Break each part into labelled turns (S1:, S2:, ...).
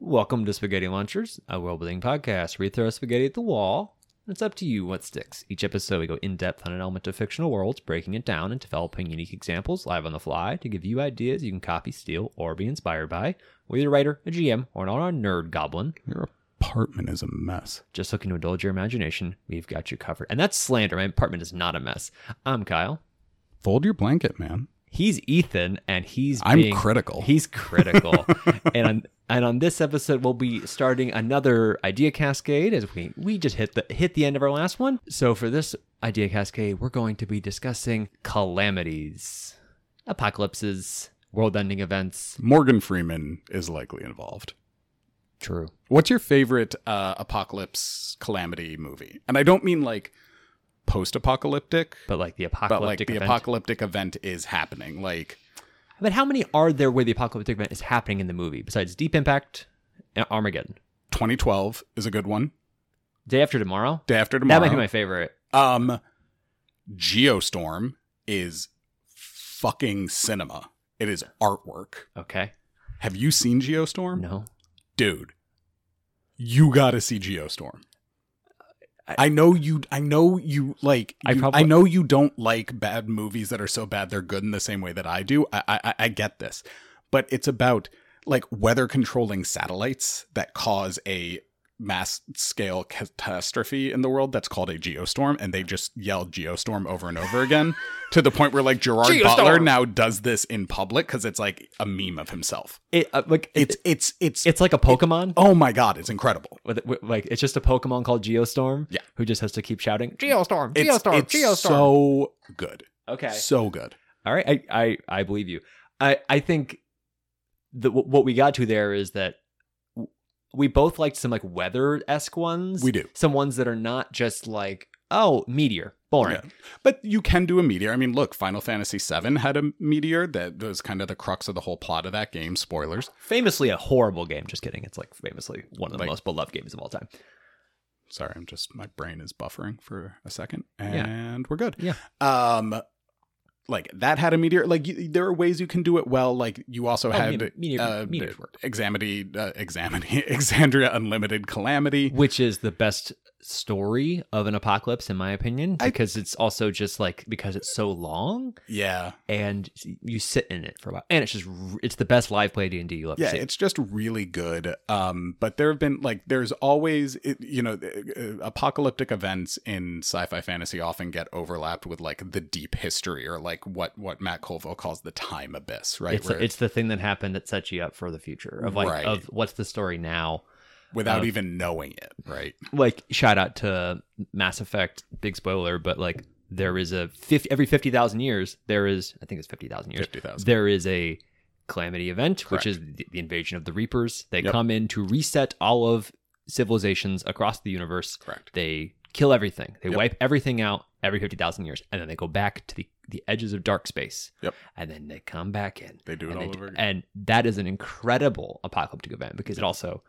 S1: Welcome to Spaghetti Lunchers, a world building podcast where we throw spaghetti at the wall. and It's up to you what sticks. Each episode, we go in depth on an element of fictional worlds, breaking it down and developing unique examples live on the fly to give you ideas you can copy, steal, or be inspired by. Whether you're a writer, a GM, or an all around nerd goblin,
S2: Your apartment is a mess.
S1: just looking to indulge your imagination, we've got you covered. And that's slander. My apartment is not a mess. I'm Kyle.
S2: Fold your blanket, man.
S1: He's Ethan, and he's
S2: I'm
S1: being-
S2: critical.
S1: He's critical, and on and on this episode, we'll be starting another idea cascade as we we just hit the hit the end of our last one. So for this idea cascade, we're going to be discussing calamities, apocalypses, world-ending events.
S2: Morgan Freeman is likely involved.
S1: True.
S2: What's your favorite uh, apocalypse calamity movie? And I don't mean like post-apocalyptic,
S1: But like the
S2: but like
S1: apocalyptic
S2: the
S1: event.
S2: apocalyptic event is happening. Like
S1: but how many are there where the apocalyptic event is happening in the movie besides Deep Impact and Armageddon?
S2: 2012 is a good one.
S1: Day After Tomorrow.
S2: Day After
S1: That
S2: Tomorrow.
S1: might be my favorite.
S2: Um, Geostorm is fucking cinema. It is artwork.
S1: Okay.
S2: Have you seen Geostorm?
S1: No.
S2: dude, you gotta see Geostorm.
S1: I-
S2: I know you. I know you like.
S1: I
S2: you- I,
S1: probably-
S2: know you don't like bad movies that are so bad they're good in the same way that I do. I, I, I- I get this, but it's about like weather controlling satellites that cause a mass scale catastrophe in the world that's called a geostorm, and they just yell geostorm over and over again to the point where like Gerard Butler
S1: Geostorm!
S2: now does this in public because it's like a meme of himself.
S1: It uh, like
S2: It's it's it's
S1: it's like a Pokemon.
S2: oh my god, it's incredible.
S1: with, with- like it's just a Pokemon called Geostorm.
S2: Yeah.
S1: Who just has to keep shouting Geostorm,
S2: It's,
S1: Geostorm,
S2: it's
S1: Geostorm.
S2: so good.
S1: okay.
S2: So good.
S1: All right. I, I I believe you. I I think that w- what we got to there is that w- we both liked some like weather esque ones.
S2: We do.
S1: some ones that are not just like oh meteor boring.
S2: Yeah. But you can do a meteor. I mean, look, Final Fantasy VII had a meteor that was kind of the crux of the whole plot of that game. Spoilers.
S1: Famously a horrible game. Just kidding. It's like famously one of the
S2: Like-
S1: most beloved games of all time.
S2: Sorry, I'm just my brain is buffering for a second,
S1: Yeah.
S2: and we're good.
S1: Yeah.
S2: Um, like that had a meteor. Like you, there are ways you can do it well. Like you also
S1: Oh,
S2: had
S1: me- meteor,
S2: uh,
S1: meteors work,
S2: Examity, uh, Examity, Exandria Unlimited Calamity.
S1: which is the best story of an apocalypse in my opinion
S2: I-
S1: because it's also just like because it's so long
S2: Yeah.
S1: and you sit in it for a while, and it's just r- it's the best live play D and D you'll ever
S2: yeah
S1: see.
S2: it's just really good um but there have been like there's always it- you know uh, apocalyptic events in sci-fi fantasy often get overlapped with like the deep history or like what what matt colville calls the time abyss right
S1: it's, it's the thing that happened that sets you up for the future of like
S2: Right.
S1: of what's the story now.
S2: without
S1: uh,
S2: even knowing it right
S1: Like shout out to Mass Effect, big spoiler, but like there is a 50, every fifty thousand years there is I think it's fifty thousand years
S2: 50000
S1: there is a calamity event
S2: Correct.
S1: which is the, the invasion of the Reapers. They
S2: Yep.
S1: come in to reset all of civilizations across the universe.
S2: correct
S1: they kill everything. They
S2: Yep.
S1: wipe everything out every 50,000 years and then they go back to the, the edges of dark space.
S2: Yep.
S1: And then they come back in.
S2: they do it
S1: and,
S2: all
S1: they-
S2: over again
S1: and that is an incredible apocalyptic event because it also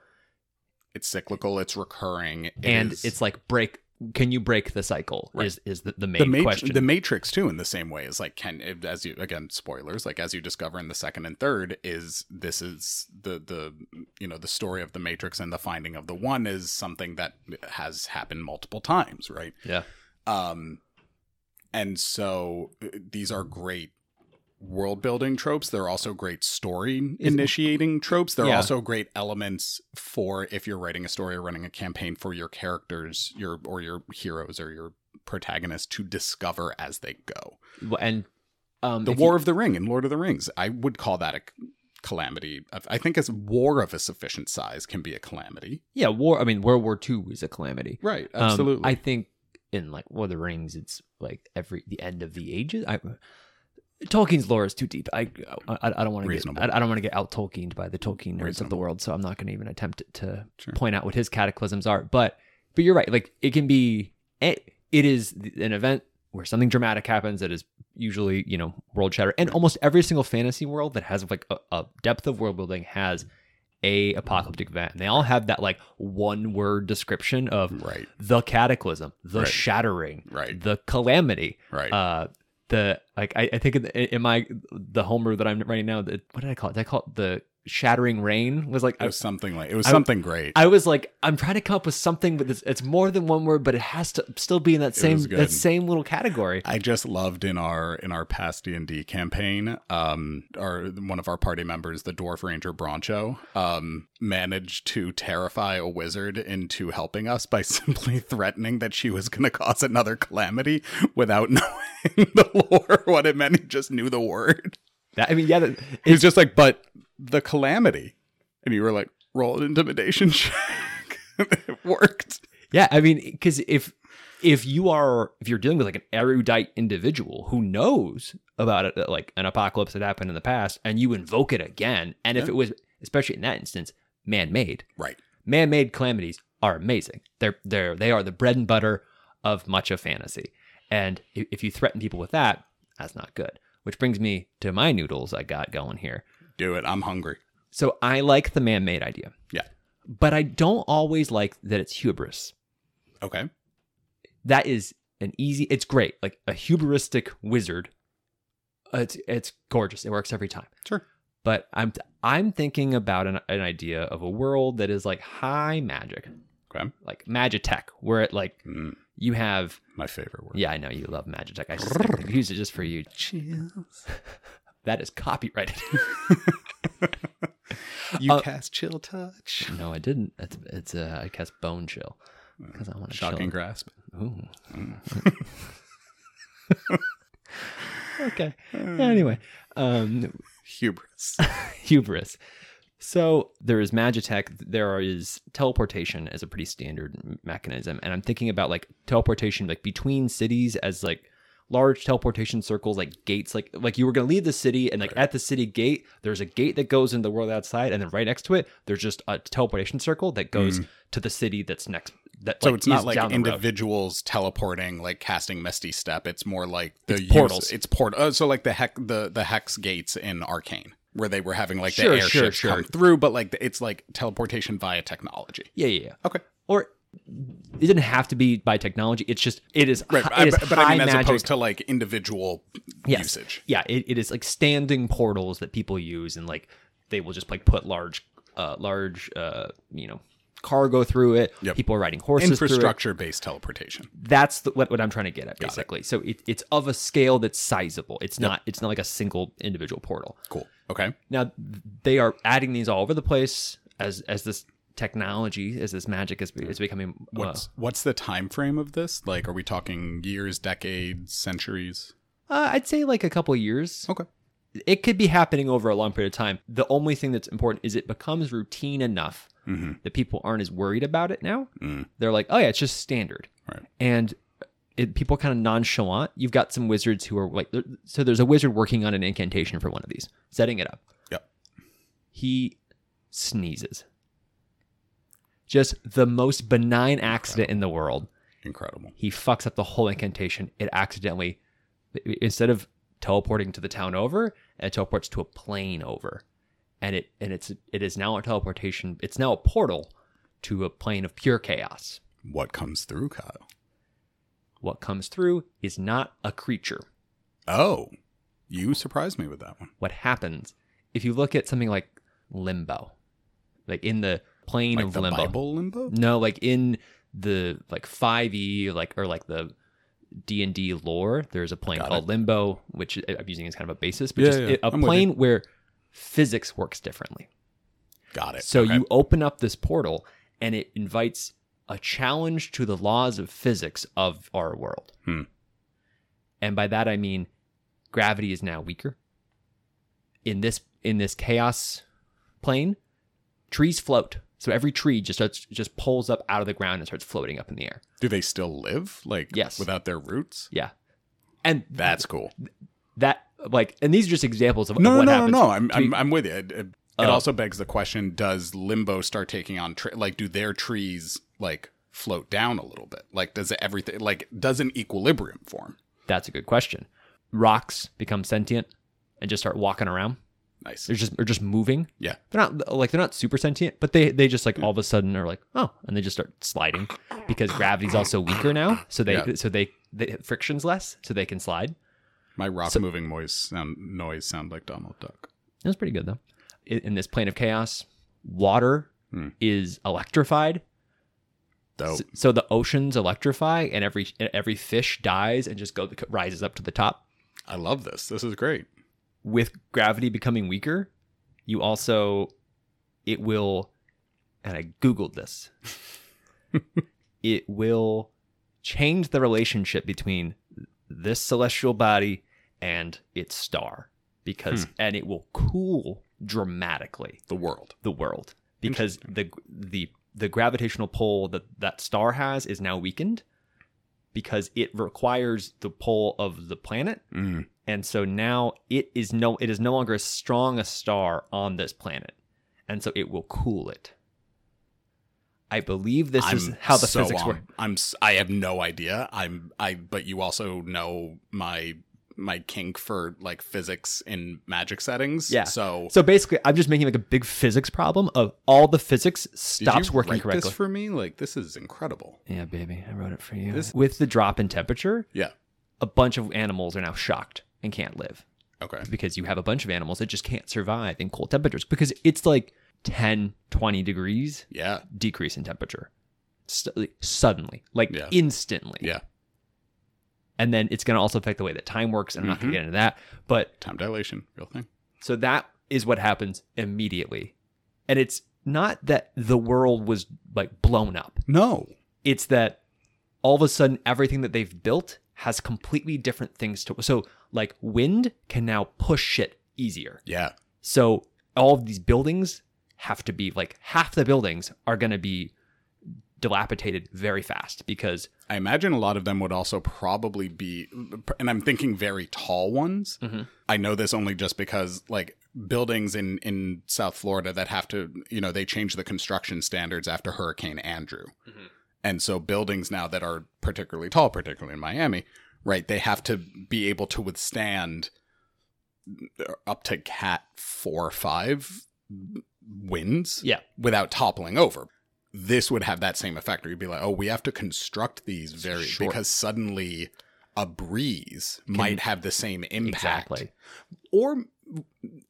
S2: it's cyclical it's recurring it
S1: and
S2: is-
S1: it's like break can you break the cycle
S2: Right.
S1: is is the, the main
S2: the, Mat-
S1: question.
S2: the matrix too in the same way is like can as you again spoilers like as you discover in the second and third is this is the the you know the story of the matrix and the finding of the one is something that has happened multiple times right
S1: Yeah.
S2: um and so uh, these are great world building tropes they're also great story
S1: Is-
S2: initiating tropes they're
S1: Yeah.
S2: also great elements for if you're writing a story or running a campaign for your characters your or your heroes or your protagonists to discover as they go
S1: Well, and um
S2: the
S1: if you-
S2: war of the ring in lord of the rings i would call that a c- calamity of- i think as war of a sufficient size can be a calamity
S1: yeah, war I mean World War II was a calamity.
S2: right
S1: Um, I think in like Lord of the Rings, it's like every the end of the ages. I, Tolkien's lore is too deep. I I, I don't want to get
S2: Reasonable.
S1: I, I don't want to get out Tolkiened by the Tolkien nerds of the
S2: Reasonable.
S1: world, so I'm not going to even attempt to
S2: Sure.
S1: point out what his cataclysms are. But but you're right. Like it can be it, it is an event where something dramatic happens that is usually you know world shattering, and almost every single fantasy world that has like a, a depth of world building has a apocalyptic event, and they all have that like one word description of
S2: right
S1: the cataclysm, the
S2: Right.
S1: shattering,
S2: right
S1: the calamity.
S2: right
S1: Uh, the like I, I think in, in my the homework that I'm writing now, the, what did I call it? Did I call it the shattering rain was like
S2: It was something like it was
S1: I-
S2: something great.
S1: I was like, I'm trying to come up with something, but it's, it's more than one word, but it has to still be in that same
S2: was good.
S1: that same little category.
S2: I just loved in our in our past D and D campaign, um, our one of our party members, the Dwarf Ranger Broncho, um, managed to terrify a wizard into helping us by simply threatening that she was going to cause another calamity without knowing the lore what it meant. He just knew the word.
S1: That, I mean, yeah, that,
S2: He was just like, "But the calamity," and you were like, "Roll an intimidation check." it worked.
S1: yeah. I mean, because if if you are if you're dealing with like an erudite individual who knows about it, uh, like an apocalypse that happened in the past, and you invoke it again, and if
S2: Yeah.
S1: it was especially in that instance man made,
S2: Right.
S1: man made calamities are amazing. They're they're they are the bread and butter of much of fantasy, and i- if you threaten people with that, that's not good. Which brings me to my noodles I got going here.
S2: Do it. I'm hungry.
S1: So I like the man made idea.
S2: Yeah.
S1: But I don't always like that it's hubris.
S2: Okay.
S1: That is an easy, it's great. Like a hubristic wizard. uh, It's, it's gorgeous. It works every time.
S2: Sure.
S1: But I'm, I'm thinking about an, an idea of a world that is like high magic,
S2: Okay.
S1: like magitech, where it like
S2: Mm,
S1: you have,
S2: my favorite word.
S1: yeah, I know you love magitech. I just use it just for you.
S2: Chills.
S1: That is copyrighted.
S2: You
S1: Uh,
S2: cast chill touch.
S1: no, I didn't. It's, it's, uh, I cast bone chill because I want to
S2: Shocking grasp.
S1: Ooh. okay. Anyway, um,
S2: Hubris.
S1: hubris. So there is magitech. There is teleportation as a pretty standard m- mechanism, and I'm thinking about like teleportation like between cities as like large teleportation circles, like gates. Like like you were gonna leave the city, and like at the city gate, there's a gate that goes into the world outside, and then right next to it, there's just a teleportation circle that goes to the city that's next. That
S2: Hmm. so
S1: like,
S2: it's not
S1: is
S2: like
S1: down the road.
S2: individuals teleporting, like casting Misty Step. It's more like the use-
S1: portals.
S2: it's port. Oh, so like the heck the the hex gates in Arcane, where they were having like the
S1: Sure,
S2: airships
S1: sure, sure.
S2: come through, but like it's like teleportation via technology.
S1: Yeah, yeah, yeah.
S2: Okay.
S1: Or it didn't have to be by technology. It's just it is.
S2: Right,
S1: hi- it is
S2: but, but I
S1: high
S2: mean, as
S1: magic.
S2: opposed to like individual
S1: Yes.
S2: usage.
S1: yeah, it, it is like standing portals that people use, and like they will just like put large, uh, large, uh, you know, cargo through it.
S2: Yep.
S1: People are riding horses through it.
S2: Infrastructure based teleportation.
S1: That's the, what what I'm trying to get at basically. So it, it's of a scale that's sizable. It's not it's not like a single individual portal.
S2: Cool. Okay.
S1: Now they are adding these all over the place as as this technology as this magic is, is becoming uh,
S2: Mm-hmm. What's what's the time frame of this? Like, are we talking years, decades, centuries?
S1: Uh, I'd say like a couple of years.
S2: Okay.
S1: It could be happening over a long period of time. The only thing that's important is it becomes routine enough
S2: Mm-hmm.
S1: that people aren't as worried about it now.
S2: Mm.
S1: They're like, oh yeah, it's just standard.
S2: Right.
S1: And uh, it, people kind of nonchalant. You've got some wizards who are like, there- so there's a wizard working on an incantation for one of these, setting it up.
S2: Yep.
S1: He sneezes. Just the most benign accident in the world
S2: Incredible.
S1: he fucks up the whole incantation. It accidentally, instead of teleporting to the town over, it teleports to a plane over, and it and it's it is now a teleportation. It's now a portal to a plane of pure chaos.
S2: What comes through, Kyle?
S1: What comes through is not a creature.
S2: Oh, you surprised me with that one.
S1: What happens if you look at something like limbo, like in the plane
S2: Like
S1: of
S2: the
S1: limbo?
S2: Bible limbo?
S1: No, like in the like 5e like or like the D&D lore, there's a plane
S2: Got
S1: called Limbo, which uh, I'm using as kind of a basis, but
S2: Yeah,
S1: just
S2: yeah,
S1: a
S2: I'm with
S1: plane where physics works differently.
S2: Got it.
S1: So
S2: Eh, Okay.
S1: you open up this portal and it invites a challenge to the laws of physics of our world.
S2: Hmm.
S1: And by that I mean gravity is now weaker. In this in this chaos plane, trees float. So every tree just starts, just pulls up out of the ground and starts floating up in the air.
S2: do they still live? Like
S1: Yes.
S2: without their roots?
S1: Yeah. And
S2: That's cool.
S1: that like and these are just examples of, of
S2: No, no,
S1: what
S2: no, no,
S1: happens.
S2: no. I'm,
S1: to-
S2: I'm, I'm with you. It, it- it
S1: Oh.
S2: also begs the question: Does limbo start taking on tre- like do their trees like float down a little bit? Like does everything like does an equilibrium form?
S1: That's a good question. Rocks become sentient and just start walking around.
S2: Nice.
S1: They're just they're just moving.
S2: Yeah.
S1: They're not like they're not super sentient, but they they just like all of a sudden are like oh, and they just start sliding because gravity's also weaker now. So they
S2: Yeah.
S1: so they, they friction's less, so they can slide.
S2: My rock moving noise sound noise sound like Donald Duck.
S1: That was pretty good though. i- in this plane of chaos, water
S2: Hmm. Oh.
S1: is electrified.
S2: Dope.
S1: S- So the oceans electrify, and every every fish dies and just go rises up to the top.
S2: I love this. This is great.
S1: With gravity becoming weaker, you also it will, and I googled this. it will change the relationship between this celestial body and its star because, and it will cool dramatically.
S2: The world.
S1: the world because the the the gravitational pull that that star has is now weakened because it requires the pull of the planet
S2: Mm.
S1: and so now it is no it is no longer as strong a star on this planet and so it will cool it i believe this is
S2: I'm
S1: how the
S2: so
S1: physics
S2: on.
S1: work
S2: I'm. s- I have no idea. I'm. I. But you also know my my kink for like physics in magic settings.
S1: Yeah.
S2: So
S1: so basically i'm just making like a big physics problem of all the physics
S2: did you
S1: stops working
S2: write
S1: correctly
S2: This for me, like this is incredible.
S1: yeah baby i wrote it for you
S2: This-
S1: with the drop in temperature
S2: Yeah.
S1: a bunch of animals are now shocked and can't live
S2: Okay.
S1: because you have a bunch of animals that just can't survive in cold temperatures because it's like 10 20 degrees
S2: Yeah.
S1: decrease in temperature St- like, suddenly like
S2: Yeah.
S1: instantly
S2: Yeah.
S1: and then it's going to also affect the way that time works and i'm not
S2: Mm-hmm.
S1: going to get into that but
S2: Time dilation, real thing.
S1: so that is what happens immediately and it's not that the world was like blown up
S2: No.
S1: it's that all of a sudden everything that they've built has completely different things to so like wind can now push shit easier
S2: Yeah.
S1: so all of these buildings have to be like half the buildings are going to be dilapidated very fast because
S2: I imagine a lot of them would also probably be, and I'm thinking very tall ones.
S1: Mhm.
S2: I know this only just because, like, buildings in in South Florida that have to, you know, they changed the construction standards after Hurricane Andrew,
S1: Mhm.
S2: and so buildings now that are particularly tall, particularly in Miami, right, they have to be able to withstand up to Cat four or five winds,
S1: yeah
S2: without toppling over. This would have that same effect. where You'd be like, oh, we have to construct these very
S1: Sure.
S2: because suddenly a breeze might have the same impact.
S1: exactly
S2: Or,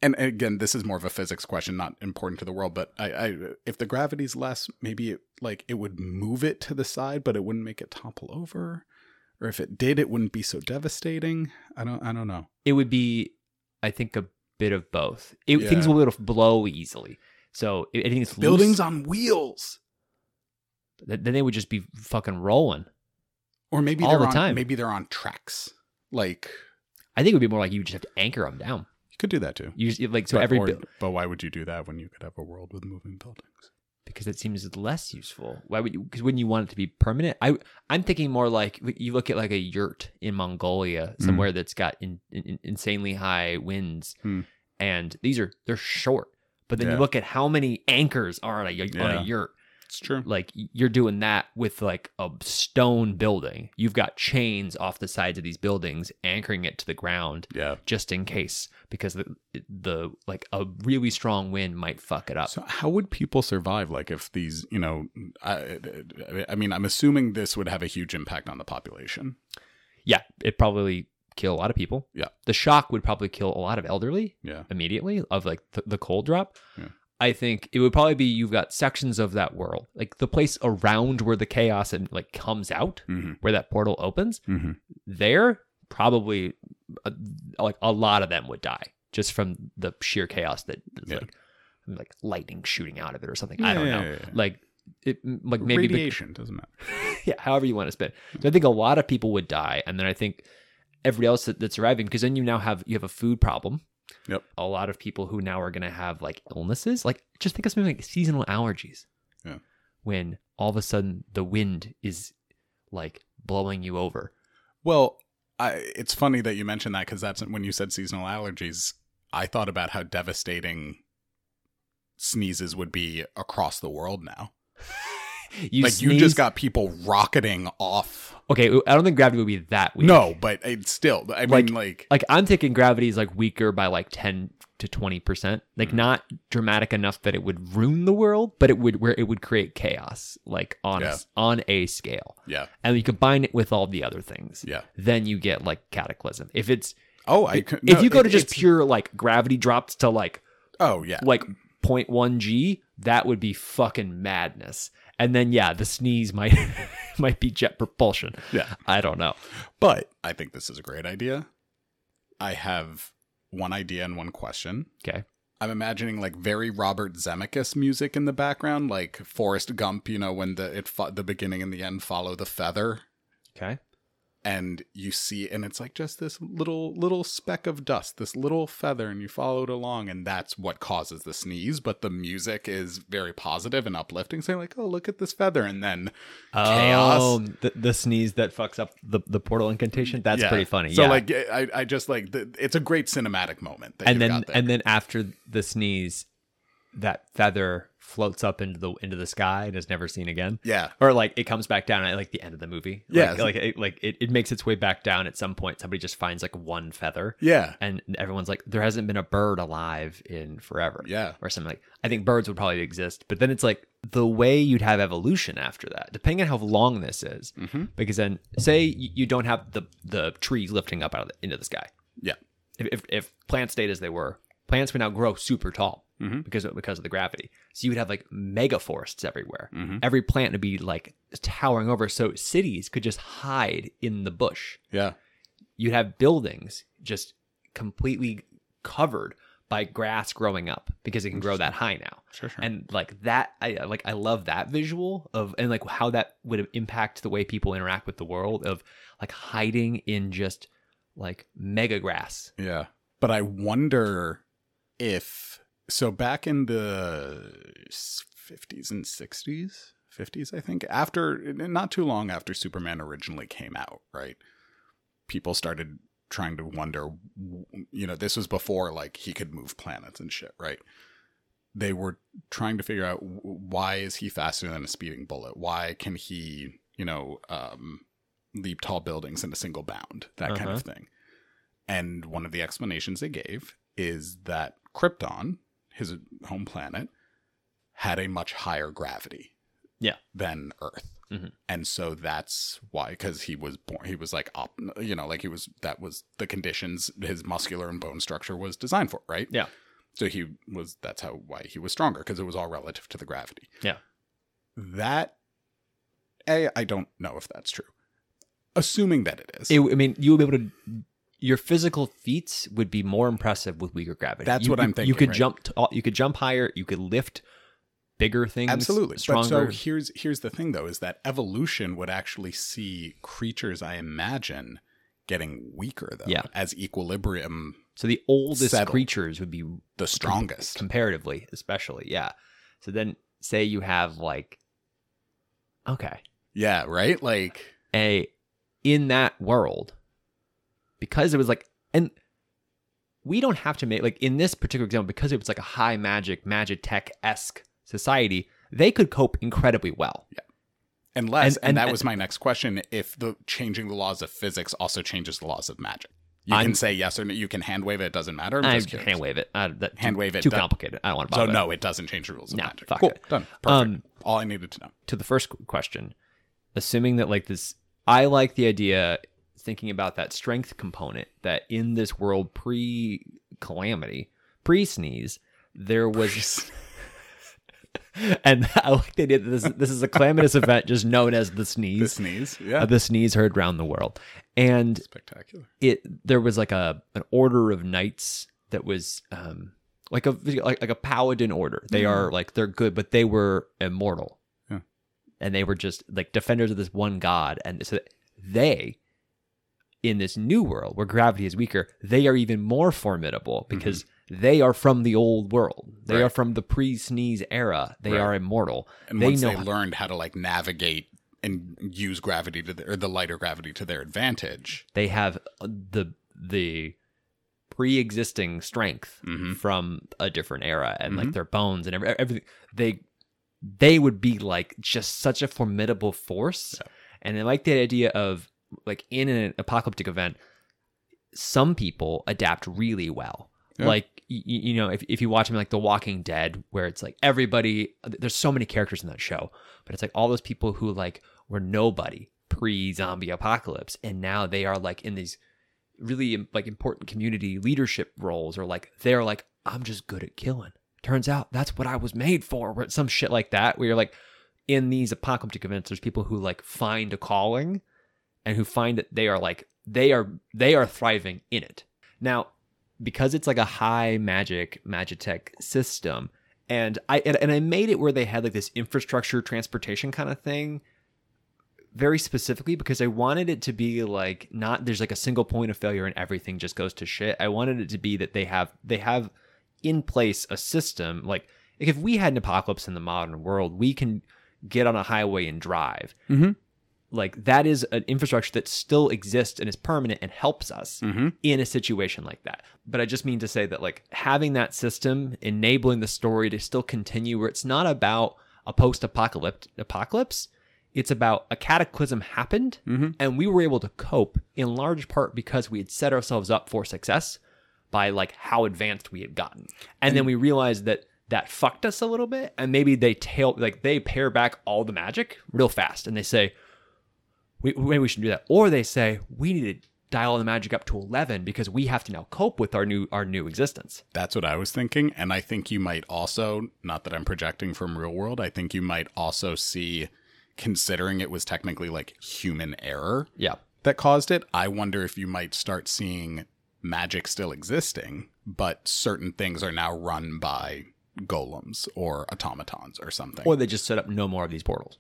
S2: and again, this is more of a physics question, not important to the world. But I, I if the gravity's less, maybe it, like it would move it to the side, but it wouldn't make it topple over. Or if it did, it wouldn't be so devastating. I don't. I don't know.
S1: it would be i think a bit of both it, things
S2: Yeah.
S1: will be able to blow easily so i- anything that's
S2: Buildings
S1: loose,
S2: on wheels.
S1: th- then they would just be fucking rolling
S2: Or maybe
S1: All
S2: they're
S1: the
S2: on,
S1: time.
S2: Maybe they're on tracks. Like
S1: i think it would be more like you just have to anchor them down
S2: you could do that too.
S1: you just, like so every
S2: or-
S1: build
S2: but why would you do that when you could have a world with moving buildings?
S1: because it seems less useful. Why would you? Because wouldn't you want it to be permanent? I I'm thinking more like you look at like a yurt in Mongolia
S2: Mm.
S1: somewhere that's got in, in, insanely high winds,
S2: Mm.
S1: and these are they're short. But then
S2: Yeah.
S1: you look at how many anchors are on a y- on
S2: Yeah.
S1: a yurt.
S2: It's true.
S1: Like you're doing that with like a stone building. You've got chains off the sides of these buildings anchoring it to the ground
S2: Yeah.
S1: just in case because the, the like a really strong wind might fuck it up.
S2: So how would people survive? Like if these, you know, I, I mean, I'm assuming this would have a huge impact on the population.
S1: Yeah, it probably kill a lot of people.
S2: Yeah.
S1: The shock would probably kill a lot of elderly
S2: Yeah.
S1: immediately of like th- the cold drop.
S2: Yeah.
S1: I think it would probably be you've got sections of that world, like the place around where the chaos and like comes out,
S2: Mm-hmm.
S1: where that portal opens.
S2: Mm-hmm.
S1: There probably uh, like a lot of them would die just from the sheer chaos that that's,
S2: Yeah.
S1: like like lightning shooting out of it or something. I don't know. Like it like maybe be-
S2: Radiation doesn't matter.
S1: yeah, however you want to spin. So I think a lot of people would die, and then I think everybody else that, that's surviving because then you now have you have a food problem.
S2: Yep.
S1: A lot of people who now are going to have like illnesses, like just think of something like seasonal allergies.
S2: Yeah.
S1: When all of a sudden the wind is like blowing you over.
S2: Well, I, it's funny that you mentioned that because that's when you said seasonal allergies. I thought about how devastating sneezes would be across the world now.
S1: You
S2: like you just
S1: sneeze-
S2: got people rocketing off.
S1: okay. I don't think gravity would be that weak.
S2: No, but it's still. I
S1: Like- uh,
S2: mean, like
S1: Like I'm thinking gravity is like weaker by like ten to twenty percent. Like
S2: Mhm.
S1: not dramatic enough that it would ruin the world, but it would where it would create chaos, like on a
S2: Yeah.
S1: s- on a scale.
S2: Yeah.
S1: And you combine it with all the other things.
S2: Yeah.
S1: Then you get like cataclysm. If it's
S2: Oh, I
S1: if
S2: could- no,
S1: you go
S2: it-
S1: to just
S2: it's-
S1: pure like gravity drops to like
S2: Oh yeah.
S1: like 0.1 g that would be fucking madness and then yeah the sneeze might might be jet propulsion
S2: Yeah.
S1: i don't know
S2: But I think this is a great idea. I have one idea and one question.
S1: okay
S2: I'm imagining like very Robert Zemeckis music in the background, like Forrest Gump. You know, when the it fo- the beginning and the end follow the feather,
S1: okay
S2: and you see, and it's like just this little little speck of dust, this little feather, and you follow it along, and that's what causes the sneeze. But the music is very positive and uplifting, saying like, "Oh, look at this feather," and then Chaos.
S1: Oh, the, the sneeze that fucks up the, the portal incantation that's
S2: Yeah.
S1: pretty funny
S2: So
S1: yeah.
S2: like, I I just like the, it's a great cinematic moment. That
S1: and
S2: you've
S1: then
S2: got there.
S1: and then after the sneeze that feather floats up into the into the sky and is never seen again
S2: yeah,
S1: or like it comes back down at like the end of the movie
S2: Yeah.
S1: like like it, like it, it makes its way back down at some point somebody just finds like one feather
S2: yeah,
S1: and everyone's like there hasn't been a bird alive in forever
S2: yeah.
S1: or something like i think birds would probably exist but then it's like the way you'd have evolution after that depending on how long this is
S2: Mm-hmm.
S1: because then say you you don't have the the tree lifting up out of the, into the sky
S2: Yeah.
S1: if, if, if plants stayed as they were plants would now grow super tall
S2: Mhm.
S1: because of, because of the gravity so you would have like mega forests everywhere
S2: Mhm.
S1: every plant would be like towering over so cities could just hide in the bush
S2: Yeah.
S1: you'd have buildings just completely covered by grass growing up because it can grow that high now
S2: Sure, sure.
S1: and like that i like i love that visual of and like how that would impact the way people interact with the world of like hiding in just like mega grass
S2: yeah. But I wonder if so back in the 50s and 60s, 50s I think, after not too long after Superman originally came out, right? People started trying to wonder you know, this was before like he could move planets and shit, right? They were trying to figure out w- why is he faster than a speeding bullet? Why can he, you know, um leap tall buildings in a single bound? That kind of thing. And one of the explanations they gave is that Krypton, his home planet, had a much higher gravity.
S1: Yeah.
S2: Than Earth.
S1: Mhm.
S2: And so that's why, because he was born, he was like, op, you know, like he was, that was the conditions his muscular and bone structure was designed for, right?
S1: Yeah.
S2: So he was, that's how, why he was stronger, because it was all relative to the gravity.
S1: Yeah.
S2: That, A, I don't know if that's true. Assuming that it is.
S1: it, i mean you would be able to your physical feats would be more impressive with weaker gravity
S2: That's
S1: You-
S2: what I'm
S1: you- you
S2: thinking,
S1: could
S2: right?
S1: jump t- you could jump higher you could lift bigger things
S2: absolutely
S1: stronger
S2: but so here's here's the thing though is that evolution would actually see creatures i imagine getting weaker though
S1: Yeah.
S2: as equilibrium
S1: So the oldest
S2: Settle.
S1: creatures would be
S2: the strongest
S1: comparatively, especially, yeah. So then say you have like okay,
S2: yeah right like
S1: a in that world because it was like and we don't have to make like in this particular example because it was like a high magic magitech esque society they could cope incredibly well
S2: unless
S1: And-
S2: and,
S1: and-
S2: that
S1: and-
S2: was my next question if the changing the laws of physics also changes the laws of magic you
S1: I'm-
S2: can say yes or no you can hand wave it it doesn't matter i'm
S1: i
S2: just curious.
S1: hand wave it I, that,
S2: Hand
S1: too,
S2: wave it,
S1: too
S2: done.
S1: complicated i don't want to
S2: so
S1: bother
S2: no it doesn't change the rules of
S1: No,
S2: magic
S1: fuck
S2: cool
S1: it.
S2: done perfect
S1: Um,
S2: all i needed to know
S1: to the first question, assuming that like this, I like the idea thinking about that strength component that in this world pre calamity, pre sneeze, there was. and I like the idea that this, this is a calamitous event just known as the
S2: the
S1: sneeze.
S2: sneeze yeah
S1: uh, the sneeze heard round the world. And
S2: spectacular
S1: it there was like a an order of knights that was um like a like, like a paladin order. They
S2: Mm.
S1: are like they're good, but they were immortal,
S2: Yeah.
S1: and they were just like defenders of this one god. And so they, in this new world where gravity is weaker, they are even more formidable because they are from the old world. They
S2: Mm-hmm. Right.
S1: are from the pre sneeze era. They
S2: Right.
S1: are immortal.
S2: And
S1: They
S2: once
S1: know
S2: they
S1: how-
S2: learned how to like navigate and use gravity to their, or the lighter gravity to their advantage,
S1: they have uh, the the pre-existing strength
S2: Mhm.
S1: from a different era and like
S2: Mhm.
S1: their bones and every, everything they they would be like just such a formidable force
S2: Yeah.
S1: and i like the idea of like in an apocalyptic event some people adapt really well
S2: Yeah.
S1: like you, you know if, if you watch them like the walking dead where it's like everybody there's so many characters in that show but it's like all those people who like were nobody pre zombie apocalypse and now they are like in these really like important community leadership roles are like they're like I'm just good at killing. Turns out that's what I was made for. Or some shit like that where you're like in these apocalyptic events there's people who like find a calling and who find that they are like they are they are thriving in it. Now, because it's like a high magic magitech system and I and, and I made it where they had like this infrastructure transportation kind of thing very specifically because I wanted it to be like not there's like a single point of failure and everything just goes to shit. I wanted it to be that they have they have in place a system like if we had an apocalypse in the modern world, we can get on a highway and drive.
S2: Mhm.
S1: Like that is an infrastructure that still exists and is permanent and helps us
S2: Mm-hmm.
S1: in a situation like that. But I just mean to say that like having that system enabling the story to still continue where it's not about a post-apocalypse apocalypse, it's about a cataclysm happened
S2: Mhm.
S1: and we were able to cope in large part because we had set ourselves up for success by like how advanced we had gotten. And, then we realized that that fucked us a little bit and maybe they tail like they pare back all the magic real fast and they say we, maybe we should do that. Or they say we need to dial the magic up to eleven because we have to now cope with our new our new existence.
S2: That's what I was thinking. And I think you might also, not that I'm projecting from real world, I think you might also see, considering it was technically like human error
S1: Yeah,
S2: that caused it, I wonder if you might start seeing magic still existing, but certain things are now run by golems or automatons or something.
S1: or they just set up no more of these portals.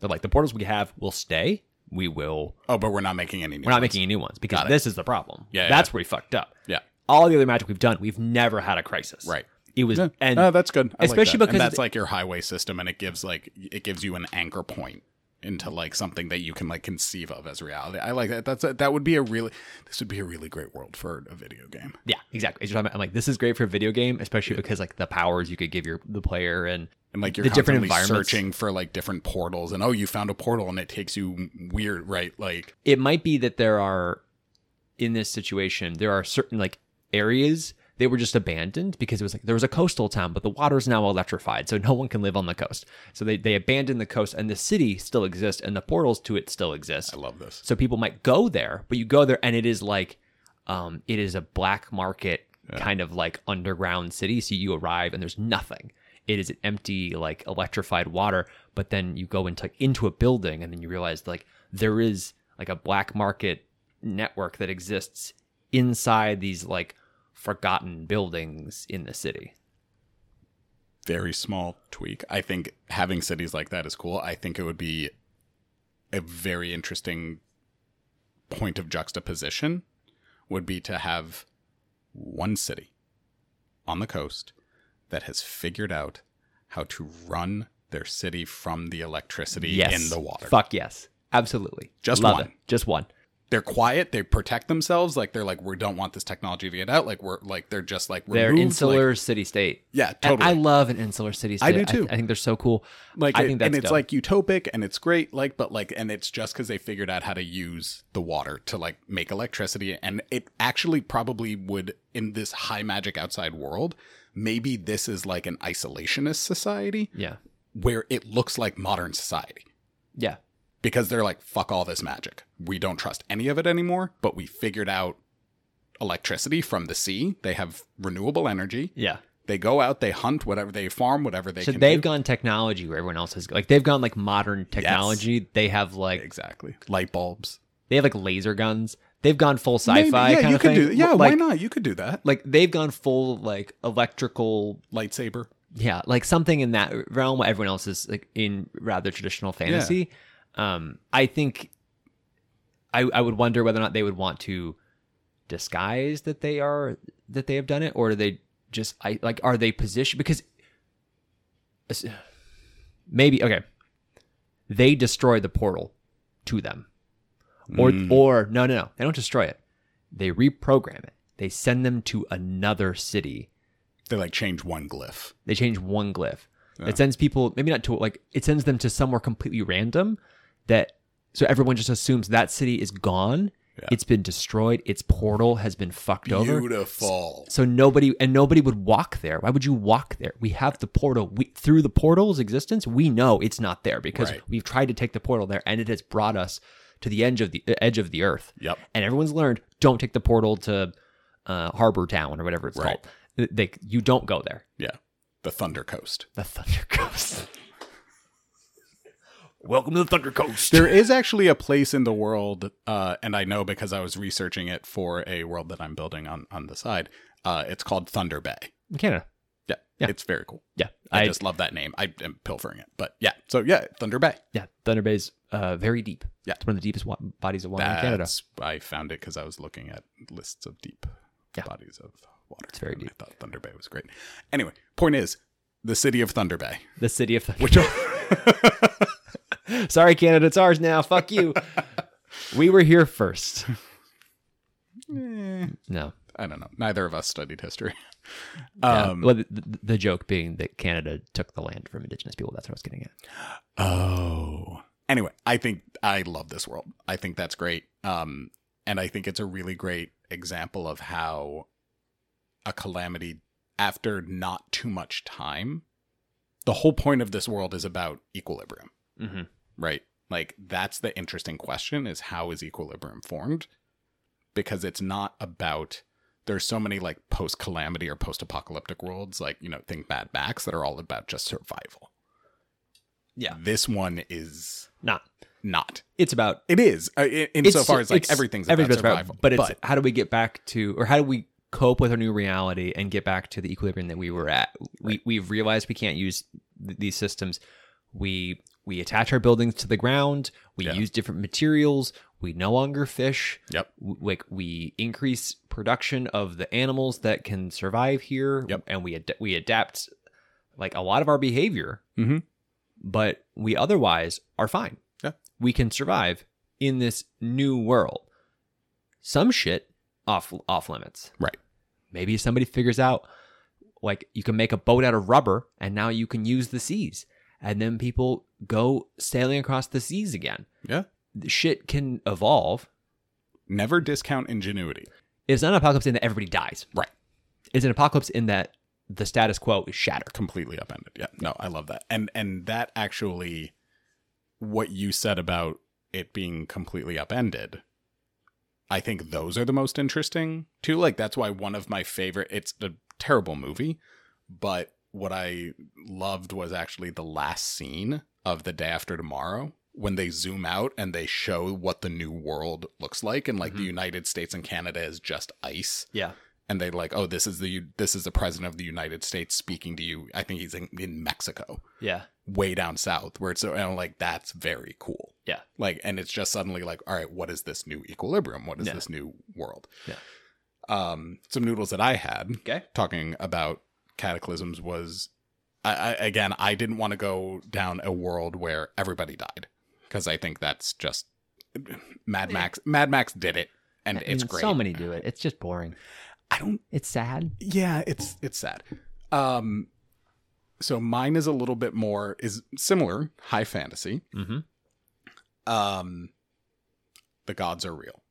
S1: They're like the portals we have will stay. We will.
S2: oh, but we're not making any new
S1: We're not
S2: ones.
S1: making any new ones because
S2: Got it.
S1: this is the problem.
S2: Yeah,
S1: that's where we fucked up.
S2: Yeah.
S1: All the other magic we've done, we've never had a crisis.
S2: Right.
S1: It was and
S2: oh, that's good. I like
S1: especially
S2: that. And
S1: because
S2: that's
S1: it-
S2: like your highway system, and it gives like it gives you an anchor point into like something that you can like conceive of as reality. I like that. That's a, that would be a really this would be a really great world for a video game.
S1: yeah, exactly. It's just- I'm like, this is great for a video game, especially because like the powers you could give your the player and
S2: And like you're
S1: The different
S2: constantly
S1: environments.
S2: searching for like different portals, and oh, you found a portal, and it takes you weird, right? Like
S1: it might be that there are in this situation there are certain like areas they were just abandoned because it was like there was a coastal town but the water's now electrified so no one can live on the coast so they, they abandoned the coast and the city still exists and the portals to it still exist
S2: I love this.
S1: so people might go there but you go there and it is like um it is a black market kind of like underground city so you arrive and there's nothing it is an empty like electrified water but then you go into into a building and then you realize like there is like a black market network that exists inside these like forgotten buildings in the city
S2: Very small tweak. I think having cities like that is cool. I think it would be a very interesting point of juxtaposition would be to have one city on the coast that has figured out how to run their city from the electricity
S1: yes
S2: in the water.
S1: fuck yes absolutely
S2: Just
S1: Love
S2: one.
S1: it. just one
S2: They're quiet, they protect themselves, like they're like we don't want this technology to get out, like we're like they're just like
S1: they're
S2: removed,
S1: insular
S2: like-
S1: city state
S2: yeah,
S1: And
S2: totally.
S1: I love an insular city state.
S2: I do
S1: th-
S2: too.
S1: I, think they're so cool.
S2: like
S1: I
S2: it-
S1: think that's
S2: and it's
S1: dope.
S2: like utopic and it's great like but like and it's just because they figured out how to use the water to like make electricity and it actually probably would in this high magic outside world maybe this is like an isolationist society
S1: yeah,
S2: where it looks like modern society
S1: yeah,
S2: because they're like fuck all this magic we don't trust any of it anymore but we figured out electricity from the sea they have renewable energy
S1: yeah.
S2: they go out they hunt whatever they farm whatever they
S1: so
S2: can
S1: they've
S2: do.
S1: gone technology where everyone else is like they've gone like modern technology. They have like
S2: exactly light bulbs
S1: they have like laser guns. They've gone full
S2: Maybe,
S1: sci-fi
S2: yeah,
S1: kind
S2: you
S1: of
S2: could
S1: thing.
S2: Do, that. yeah,
S1: like,
S2: why not? You could do that.
S1: Like they've gone full like electrical.
S2: Lightsaber.
S1: Yeah, like something in that realm where everyone else is like in rather traditional fantasy. Um, I think I I would wonder whether or not they would want to disguise that they are that they have done it, or do they just I like are they positioned because maybe okay they destroy the portal to them or or no no no they don't destroy it they reprogram it they send them to another city
S2: They like change one glyph.
S1: they change one glyph it sends people maybe not to like it sends them to somewhere completely random that so everyone just assumes that city is gone it's been destroyed its portal has been fucked over
S2: Beautiful.
S1: so nobody and nobody would walk there. Why would you walk there? We have the portal. We through the portal's existence, we know it's not there because
S2: Right.
S1: we've tried to take the portal there and it has brought us to the edge of the uh, edge of the earth.
S2: Yep.
S1: And everyone's learned don't take the portal to uh, Harbor Town or whatever it's
S2: Right.
S1: called. They you don't go there.
S2: Yeah. The Thunder Coast.
S1: The Thunder Coast. Welcome to the Thunder Coast.
S2: There is actually a place in the world, uh, and I know because I was researching it for a world that I'm building on on the side. Uh, it's called Thunder Bay.
S1: In Canada.
S2: Yeah,
S1: Yeah.
S2: it's very cool.
S1: Yeah,
S2: I,
S1: I,
S2: just love that name. I am pilfering it, but yeah. So yeah, Thunder Bay.
S1: yeah. Thunder Bay's uh, very deep.
S2: Yeah.
S1: it's one of the deepest wa- bodies of water in Canada.
S2: That's, I found it because I was looking at lists of deep
S1: Yeah.
S2: bodies of water. It's
S1: very
S2: and
S1: deep.
S2: I thought Thunder Bay was great. Anyway, point is the city of Thunder Bay.
S1: The city of Thunder.
S2: Which
S1: Sorry, Canada, it's ours now. Fuck you. we were here first.
S2: Eh,
S1: No.
S2: I don't know. Neither of us studied history.
S1: Yeah.
S2: Um,
S1: well, the, the- the joke being that Canada took the land from Indigenous people. That's what I was getting at.
S2: Oh. Anyway, I think I love this world. I think that's great. Um, and I think it's a really great example of how a calamity, after not too much time, the whole point of this world is about equilibrium,
S1: Mm-hmm.
S2: right? Like, that's the interesting question is how is equilibrium formed? Because it's not about, there's so many like post calamity or post apocalyptic worlds, like, you know, think Mad Max that are all about just survival.
S1: Yeah.
S2: This one is
S1: Not.
S2: not.
S1: It's about
S2: It is uh, in, insofar as like
S1: it's-
S2: everything's about
S1: everything's
S2: survival,
S1: but it's how do we get back to or how do we cope with our new reality and get back to the equilibrium that we were at? We we've realized we can't use th- these systems. We we attach our buildings to the ground. We
S2: Yeah.
S1: use different materials. We no longer fish.
S2: Yep.
S1: W- Like we increase production of the animals that can survive here.
S2: Yep.
S1: And we ad- we adapt like a lot of our behavior.
S2: Mhm.
S1: But we otherwise are fine.
S2: Yeah.
S1: We can survive in this new world some shit off off limits.
S2: Right.
S1: Maybe somebody figures out like you can make a boat out of rubber and now you can use the seas. And then people go sailing across the seas again.
S2: Yeah.
S1: The Shit can evolve.
S2: never discount ingenuity.
S1: It's not an apocalypse in that everybody dies.
S2: Right.
S1: It's an apocalypse in that the status quo is shattered.
S2: Completely upended. Yeah. No, I love that. And and that actually what you said about it being completely upended. I think those are the most interesting too. Like that's why one of my favorite it's a terrible movie, but what I loved was actually the last scene of the day after tomorrow when they zoom out and they show what the new world looks like and like the United States and Canada is just ice
S1: Yeah.
S2: and they like, oh, this is the this is the president of the United States speaking to you. I think he's in, in Mexico,
S1: Yeah.
S2: way down south, where it's so and I'm like that's very cool.
S1: Yeah.
S2: like and it's just suddenly like, all right, what is this new equilibrium? What is
S1: Yeah.
S2: this new world?
S1: Yeah.
S2: Um, some noodles that I had
S1: Okay.
S2: talking about cataclysms was, I, I again, I didn't want to go down a world where everybody died because I think that's just Mad Max. Mad Max did it, and it's great.
S1: So many do it. It's just boring.
S2: I don't
S1: It's sad.
S2: yeah it's it's sad um so mine is a little bit more is similar high fantasy
S1: Mm-hmm.
S2: um the gods are real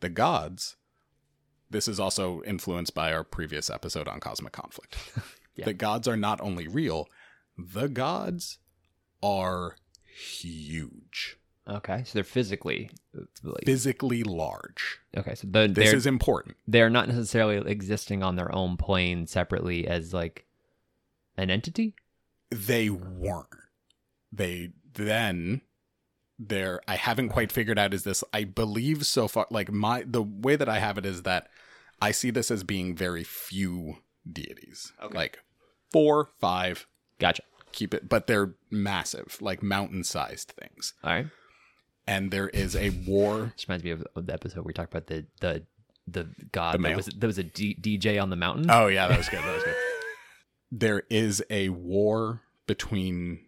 S2: the gods this is also influenced by our previous episode on cosmic conflict
S1: Yeah.
S2: the gods are not only real the gods are huge
S1: Okay. So they're physically like,
S2: physically large
S1: okay. So the,
S2: this
S1: they're-
S2: is important
S1: they're not necessarily existing on their own plane separately as like an entity.
S2: they weren't. They then there I haven't quite figured out is this I believe so far like my the way that I have it is that I see this as being very few deities.
S1: Okay.
S2: Like four, five,
S1: Gotcha.
S2: keep it but they're massive, like mountain sized things.
S1: All right.
S2: And there is a war
S1: This reminds me of, of the episode where we talked about the the the Uh, god
S2: The
S1: that
S2: male.
S1: was that was a D, DJ on the mountain.
S2: Oh yeah, that was good. That was good. there is a war between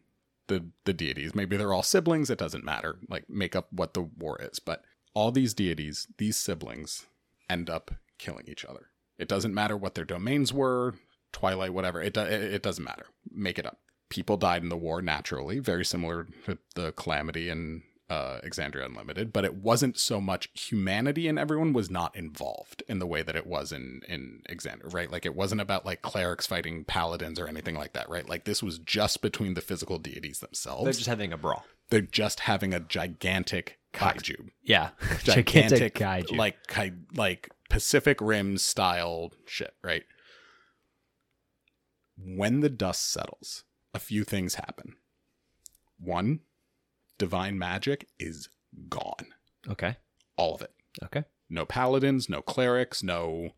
S2: the the deities. Maybe they're all siblings. It doesn't matter. Like make up what the war is. But all these deities, these siblings, end up killing each other. It doesn't matter what their domains were. Twilight, whatever. It do- it it doesn't matter. Make it up. People died in the war naturally, very similar to the calamity in uh, Exandria Unlimited, but it wasn't so much humanity and everyone was not involved in the way that it was in in Exandria, right? Like it wasn't about like clerics fighting paladins or anything like that, right? Like this was just between the physical deities themselves.
S1: they're just having a brawl.
S2: They're just having a gigantic kaiju,
S1: Yeah.
S2: gigantic,
S1: kaiju.
S2: like kai, like Pacific Rim style shit, right? When the dust settles, a few things happen. One, divine magic is gone,
S1: okay.
S2: all of it.
S1: Okay.
S2: No paladins, no clerics, no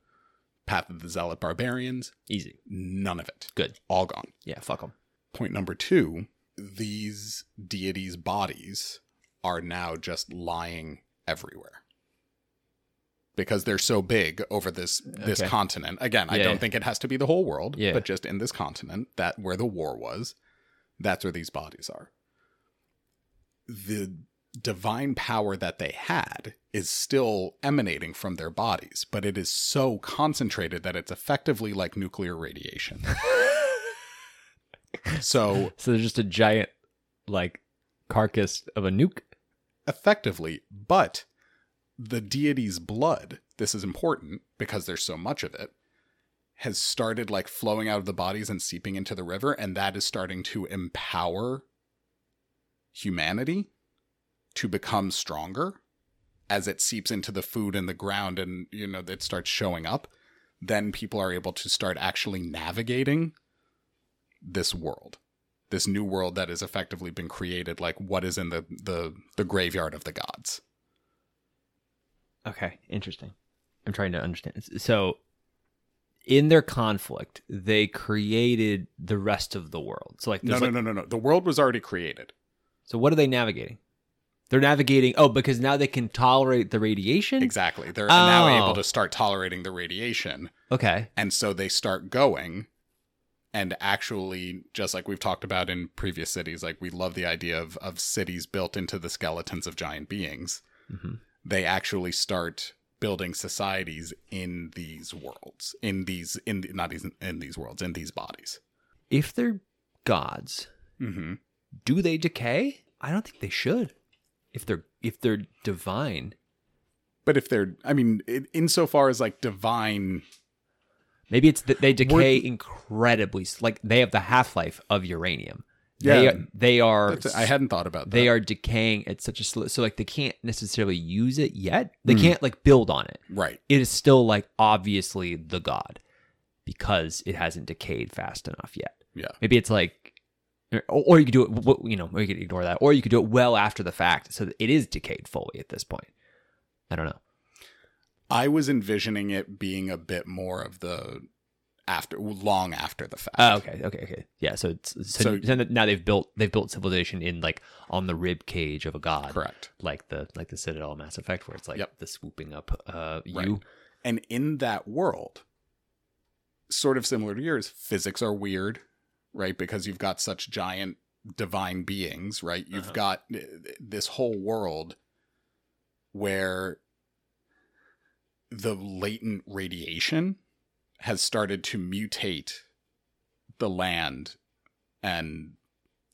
S2: path of the zealot barbarians,
S1: Easy.
S2: none of it.
S1: Good.
S2: All gone.
S1: Yeah. Fuck them.
S2: Point number two these deities' bodies are now just lying everywhere because they're so big over this this
S1: Okay.
S2: continent again i
S1: Yeah,
S2: don't
S1: yeah.
S2: think it has to be the whole world
S1: Yeah.
S2: but just in this continent that where the war was that's where these bodies are the divine power that they had is still emanating from their bodies but it is so concentrated that it's effectively like nuclear radiation so
S1: So there's just a giant, like, carcass of a nuke.
S2: effectively, but the deity's blood, this is important because there's so much of it, has started like flowing out of the bodies and seeping into the river, and that is starting to empower humanity to become stronger as it seeps into the food and the ground and you know it starts showing up then people are able to start actually navigating this world this new world that has effectively been created like what is in the the, the graveyard of the gods
S1: Okay. Interesting. I'm trying to understand. So, in their conflict, they created the rest of the world. So, like,
S2: no
S1: there's,
S2: no
S1: like-
S2: no no no the world was already created
S1: So, what are they navigating? They're navigating. Oh, because now they can tolerate the radiation.
S2: exactly they're now
S1: Oh.
S2: able to start tolerating the radiation
S1: Okay.
S2: and so they start going and actually just like we've talked about in previous cities like we love the idea of of cities built into the skeletons of giant beings Mm-hmm.
S1: Mhm.
S2: they actually start building societies in these worlds in these in not these in these worlds in these bodies
S1: If they're gods,
S2: mm-hmm
S1: do they decay? I don't think they should. If they're if they're divine,
S2: But if they're, I mean, in, insofar as like divine,
S1: Maybe it's that they decay
S2: We're-
S1: incredibly s- like they have the half life of uranium.
S2: Yeah.
S1: they are. They
S2: that's-
S1: are
S2: I hadn't thought about that.
S1: they are decaying at such a slow. So like they can't necessarily use it yet.
S2: Hmm.
S1: They can't like build on it.
S2: right.
S1: It is still like obviously the god because it hasn't decayed fast enough yet.
S2: Yeah.
S1: Maybe it's like. Or, or you could do it, w- w- you know, or you could ignore that, or you could do it well after the fact, so that it is decayed fully at this point. I don't know.
S2: I was envisioning it being a bit more of the after, long after the fact.
S1: Oh, okay, okay, okay. Yeah, so it's so,
S2: So-
S1: so now they've built they've built civilization in like on the rib cage of a god,
S2: Correct.
S1: like the like the Citadel of Mass Effect, where it's like
S2: Yep.
S1: the swooping up uh you.
S2: Right. And in that world, sort of similar to yours, physics are weird, right? Because you've got such giant divine beings, right? You've
S1: Uh-huh.
S2: got uh, th- this whole world where the latent radiation has started to mutate the land and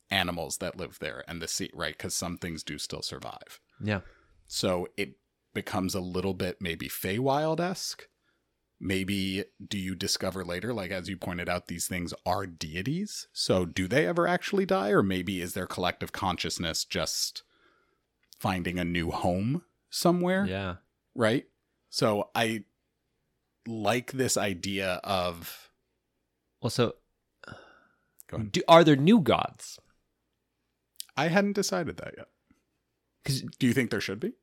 S2: animals that live there and the sea, right? Because some things do still survive.
S1: Yeah.
S2: So it becomes a little bit maybe Feywild esque. Maybe do you discover later, like as you pointed out, these things are deities. So do they ever actually die? Or maybe is their collective consciousness just finding a new home somewhere?
S1: Yeah.
S2: Right? So I like this idea of
S1: Well, so
S2: Go ahead.
S1: do, are there new gods?
S2: I hadn't decided that yet.
S1: 'Cause-
S2: do you think there should be?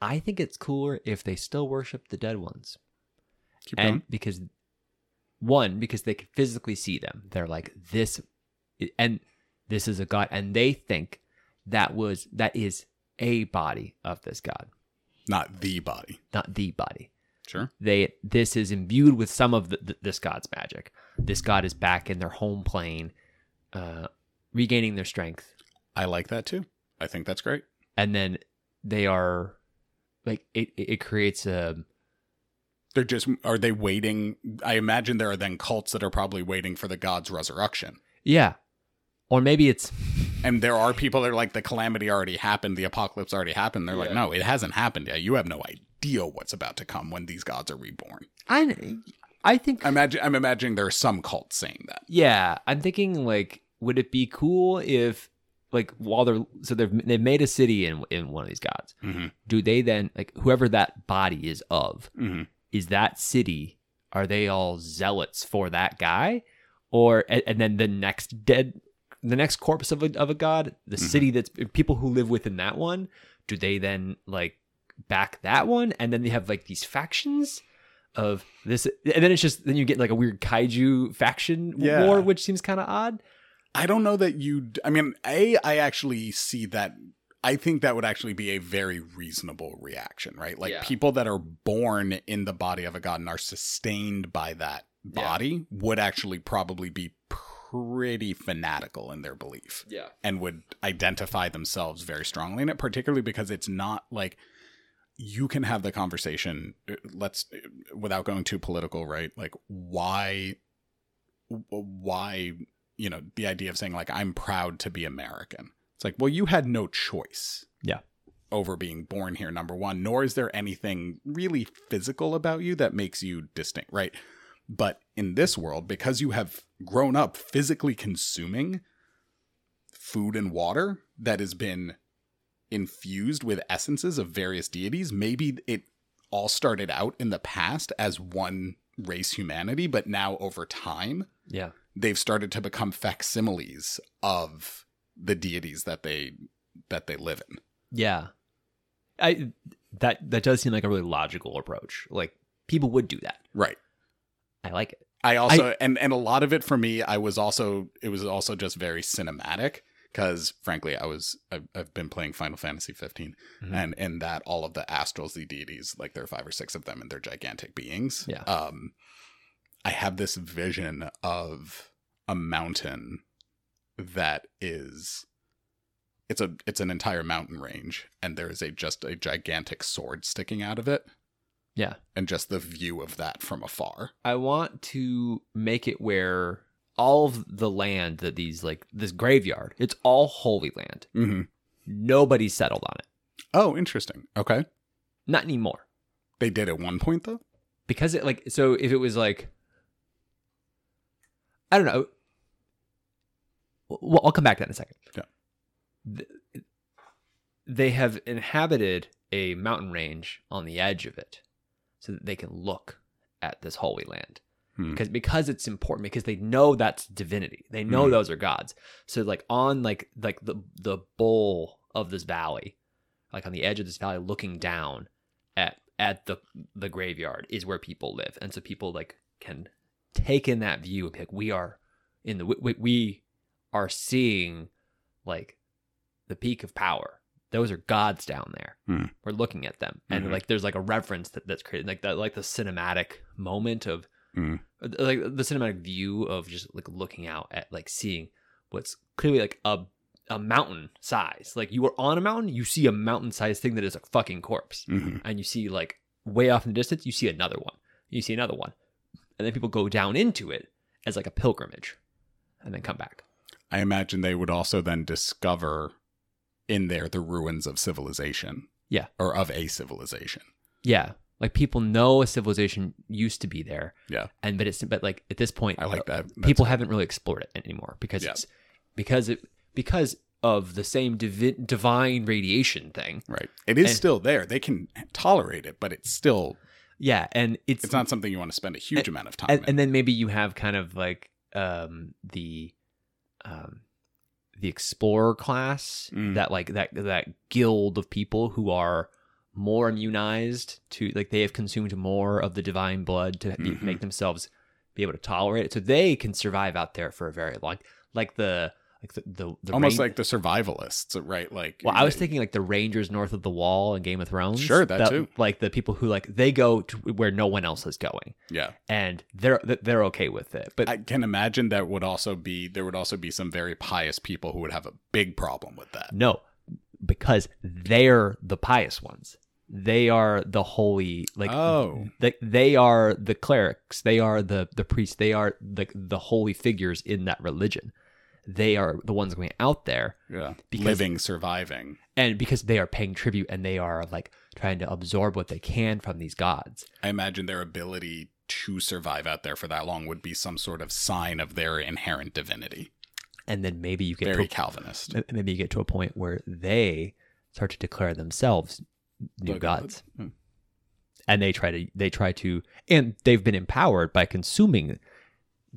S1: I think it's cooler if they still worship the dead ones,
S2: Keep
S1: and
S2: going.
S1: because one because they can physically see them, they're like this, and this is a god, and they think that was that is a body of this god.
S2: Not the body.
S1: not the body.
S2: Sure.
S1: They this is imbued with some of the, th this god's magic. This god is back in their home plane, uh, regaining their strength,
S2: I like that too. I think that's great.
S1: and then they are like it. It it creates a
S2: They're just are they waiting? I imagine there are then cults that are probably waiting for the god's resurrection.
S1: yeah, or maybe it's
S2: And there are people that are like the calamity already happened, the apocalypse already happened. They're like,
S1: Yeah.
S2: no, it hasn't happened yet. You have no idea what's about to come when these gods are reborn.
S1: I. I think
S2: I'm imagine I'm imagining there are some cults saying that.
S1: yeah. I'm thinking like, would it be cool if like while they're so they've they've made a city in in one of these gods.
S2: Mhm.
S1: Do they then like whoever that body is of
S2: Mhm.
S1: is that city? Are they all zealots for that guy, or and, and then the next dead, the next corpse of a of a god, the city that's people who live within that one? Do they then like back that one, and then they have like these factions? Of this, and then it's just then you get like a weird kaiju faction
S2: Yeah.
S1: war, which seems kind of odd.
S2: I don't know that you. I mean, a. I actually see that. I think that would actually be a very reasonable reaction, right? Like
S1: Yeah.
S2: people that are born in the body of a god and are sustained by that
S1: Yeah.
S2: body would actually probably be pretty fanatical in their belief
S1: Yeah,
S2: and would identify themselves very strongly in it, particularly because it's not like you can have the conversation. uh, Let's uh, without going too political, right? Like why, w- why you know the idea of saying like I'm proud to be American. It's like well you had no choice.
S1: Yeah.
S2: Over being born here, number one, nor is there anything really physical about you that makes you distinct, right? But in this world, because you have grown up physically consuming food and water that has been infused with essences of various deities. Maybe it all started out in the past as one race humanity, but now over time,
S1: yeah,
S2: they've started to become facsimiles of the deities that they that they live in.
S1: yeah. I that that does seem like a really logical approach. Like people would do that.
S2: Right.
S1: I like it.
S2: I also and and a lot of it for me, I was also it was also just very cinematic because frankly, I was I've, I've been playing Final Fantasy 15,
S1: Mhm.
S2: and in that all of the astrals, the deities, like there are five or six of them, and they're gigantic beings.
S1: Yeah.
S2: Um, I have this vision of a mountain that is it's a it's an entire mountain range and there is a just a gigantic sword sticking out of it
S1: Yeah.
S2: and just the view of that from afar
S1: I want to make it where all of the land that these like this graveyard, it's all holy land.
S2: mm-hmm.
S1: Nobody's settled on it.
S2: Oh, interesting. Okay.
S1: Not anymore.
S2: They did at one point though?
S1: Because it like so if it was like I don't know. Well, I'll come back to that in a second.
S2: Yeah.
S1: Th- They have inhabited a mountain range on the edge of it so that they can look at this holy land.
S2: Hmm.
S1: Because because it's important because they know that's divinity. They know
S2: Mhm.
S1: those are gods. So like on like like the the bowl of this valley, like on the edge of this valley looking down at at the the graveyard is where people live. And so people like can take in that view and be like we are in the we, we are seeing like the peak of power those are gods down there
S2: Hmm.
S1: we're looking at them and
S2: Mhm.
S1: like there's like a reverence that, that's created like that like the cinematic moment of uh,
S2: Hmm.
S1: like the cinematic view of just like looking out at like seeing what's clearly like a a mountain size like you are on a mountain you see a mountain sized thing that is a fucking corpse
S2: Mm-hmm.
S1: and you see like way off in the distance you see another one you see another one and then people go down into it as like a pilgrimage and then come back
S2: I imagine they would also then discover in there the ruins of civilization.
S1: Yeah.
S2: Or of a civilization.
S1: yeah like people know a civilization used to be there
S2: Yeah.
S1: and but it's but like at this point
S2: I like that. That's-
S1: people haven't really explored it anymore because
S2: Yeah.
S1: it's because it because of the same divi- divine radiation thing
S2: right. It is
S1: and-
S2: still there. They can tolerate it, but it's still
S1: yeah and it's,
S2: it's not something you want to spend a huge
S1: And-
S2: amount of time
S1: and,
S2: in.
S1: and then maybe you have kind of like um the um the explorer class
S2: Mm.
S1: that like that that guild of people who are more immunized to like they have consumed more of the divine blood to be,
S2: Mhm.
S1: make themselves be able to tolerate it so they can survive out there for a very long like the like the the, the
S2: Almost
S1: rain-
S2: like the survivalists, right? Like
S1: Well, I was thinking like the Rangers north of the wall in Game of Thrones.
S2: Sure, that too.
S1: Like the people who like they go to where no one else is going,
S2: Yeah.
S1: and they're they're okay with it. But
S2: I can imagine that would also be there would also be some very pious people who would have a big problem with that.
S1: no, because they're the pious ones. They are the holy, like
S2: oh.
S1: they, they are the clerics. They are the the priests. They are the the holy figures in that religion. They are the ones going out there
S2: Yeah.
S1: mm-hmm. because-
S2: Living, surviving.
S1: and because they are paying tribute and they are like trying to absorb what they can from these gods.
S2: I imagine their ability to survive out there for that long would be some sort of sign of their inherent divinity.
S1: and then maybe you get
S2: Very
S1: to
S2: Calvinist.
S1: a, maybe you get to a point where they start to declare themselves new
S2: But-
S1: gods,
S2: Hmm.
S1: and they try to they try to and they've been empowered by consuming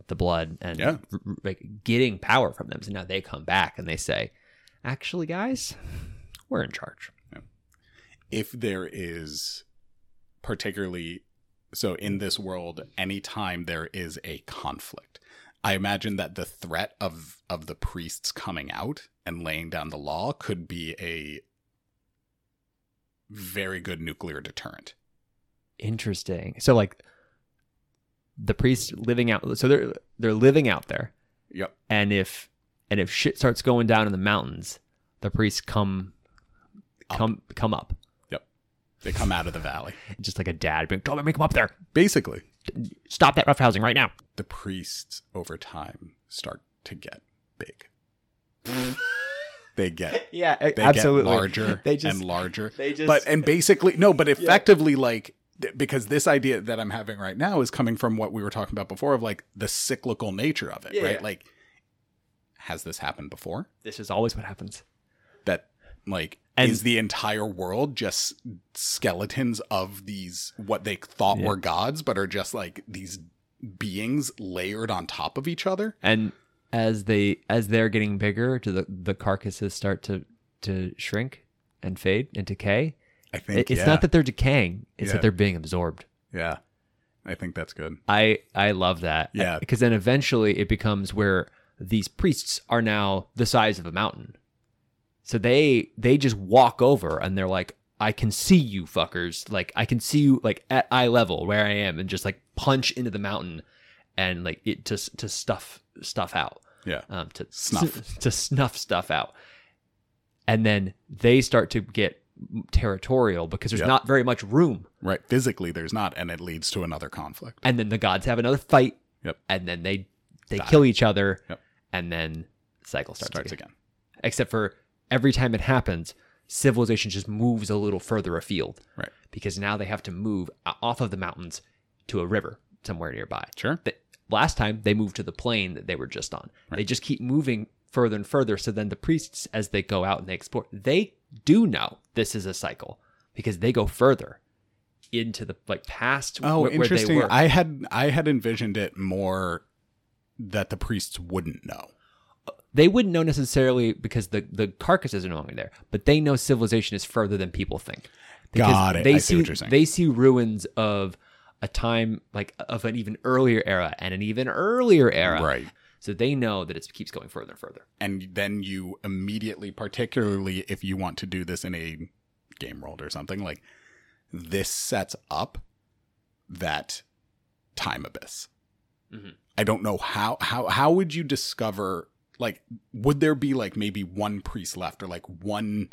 S1: the blood and
S2: Yeah.
S1: r- r- like getting power from them. So now they come back and they say, "Actually, guys, we're in charge."
S2: if there is particularly so in this world anytime there is a conflict i imagine that the threat of of the priests coming out and laying down the law could be a very good nuclear deterrent
S1: Interesting. So like the priests living out so they're they're living out there
S2: yep
S1: and if and if shit starts going down in the mountains, the priests come
S2: Up.
S1: come come up.
S2: they come out of the valley
S1: Just like a dad being, Don't make them up there.
S2: basically
S1: Stop that roughhousing right now.
S2: the priests over time start to get big they get
S1: Yeah,
S2: they get larger
S1: They just-
S2: and larger
S1: They just
S2: but and basically no but effectively like th- because this idea that i'm having right now is coming from what we were talking about before of like the cyclical nature of it
S1: Yeah,
S2: right
S1: yeah.
S2: like has this happened before
S1: this is always what happens.
S2: that like
S1: And-
S2: is the entire world just skeletons of these what they thought
S1: Yeah.
S2: were gods but are just like these beings layered on top of each other
S1: And as they as they're getting bigger, do the, the carcasses start to to shrink and fade and decay?
S2: i think
S1: it's
S2: yeah.
S1: not that they're decaying, it's
S2: Yeah.
S1: that they're being absorbed.
S2: yeah i think that's good
S1: I I love that.
S2: Yeah.
S1: Because then eventually it becomes where these priests are now the size of a mountain. So they they just walk over and they're like, I can see you fuckers. Like I can see you like at eye level where I am and just like punch into the mountain and like it to to stuff stuff out.
S2: Yeah.
S1: Um to
S2: Snuff.
S1: to snuff stuff out. And then they start to get territorial because there's
S2: Yeah.
S1: not very much room
S2: right physically there's not and it leads to another conflict
S1: and then the gods have another fight.
S2: Yep.
S1: And then they they
S2: Die.
S1: kill each other.
S2: Yep.
S1: And then the cycle starts,
S2: starts
S1: again.
S2: again
S1: Except for every time it happens, civilization just moves a little further afield.
S2: Right.
S1: Because now they have to move o- off of the mountains to a river somewhere nearby.
S2: sure
S1: But last time they moved to the plain that they were just on.
S2: Right.
S1: They just keep moving further and further. So then the priests, as they go out and they explore, they do know this is a cycle because they go further into the like past
S2: Oh,
S1: where, where they
S2: interesting.
S1: were.
S2: I had I had envisioned it more that the priests wouldn't know.
S1: they wouldn't know necessarily because the the carcass is no longer there, but they know civilization is further than people think.
S2: Got it.
S1: They
S2: I see
S1: see
S2: what you're saying.
S1: they see ruins of a time like of an even earlier era and an even earlier era,
S2: Right.
S1: so they know that it keeps going further and further.
S2: And then you immediately, particularly if you want to do this in a game world or something, like this sets up that time abyss.
S1: Mhm.
S2: I don't know how how how would you discover like would there be like maybe one priest left or like one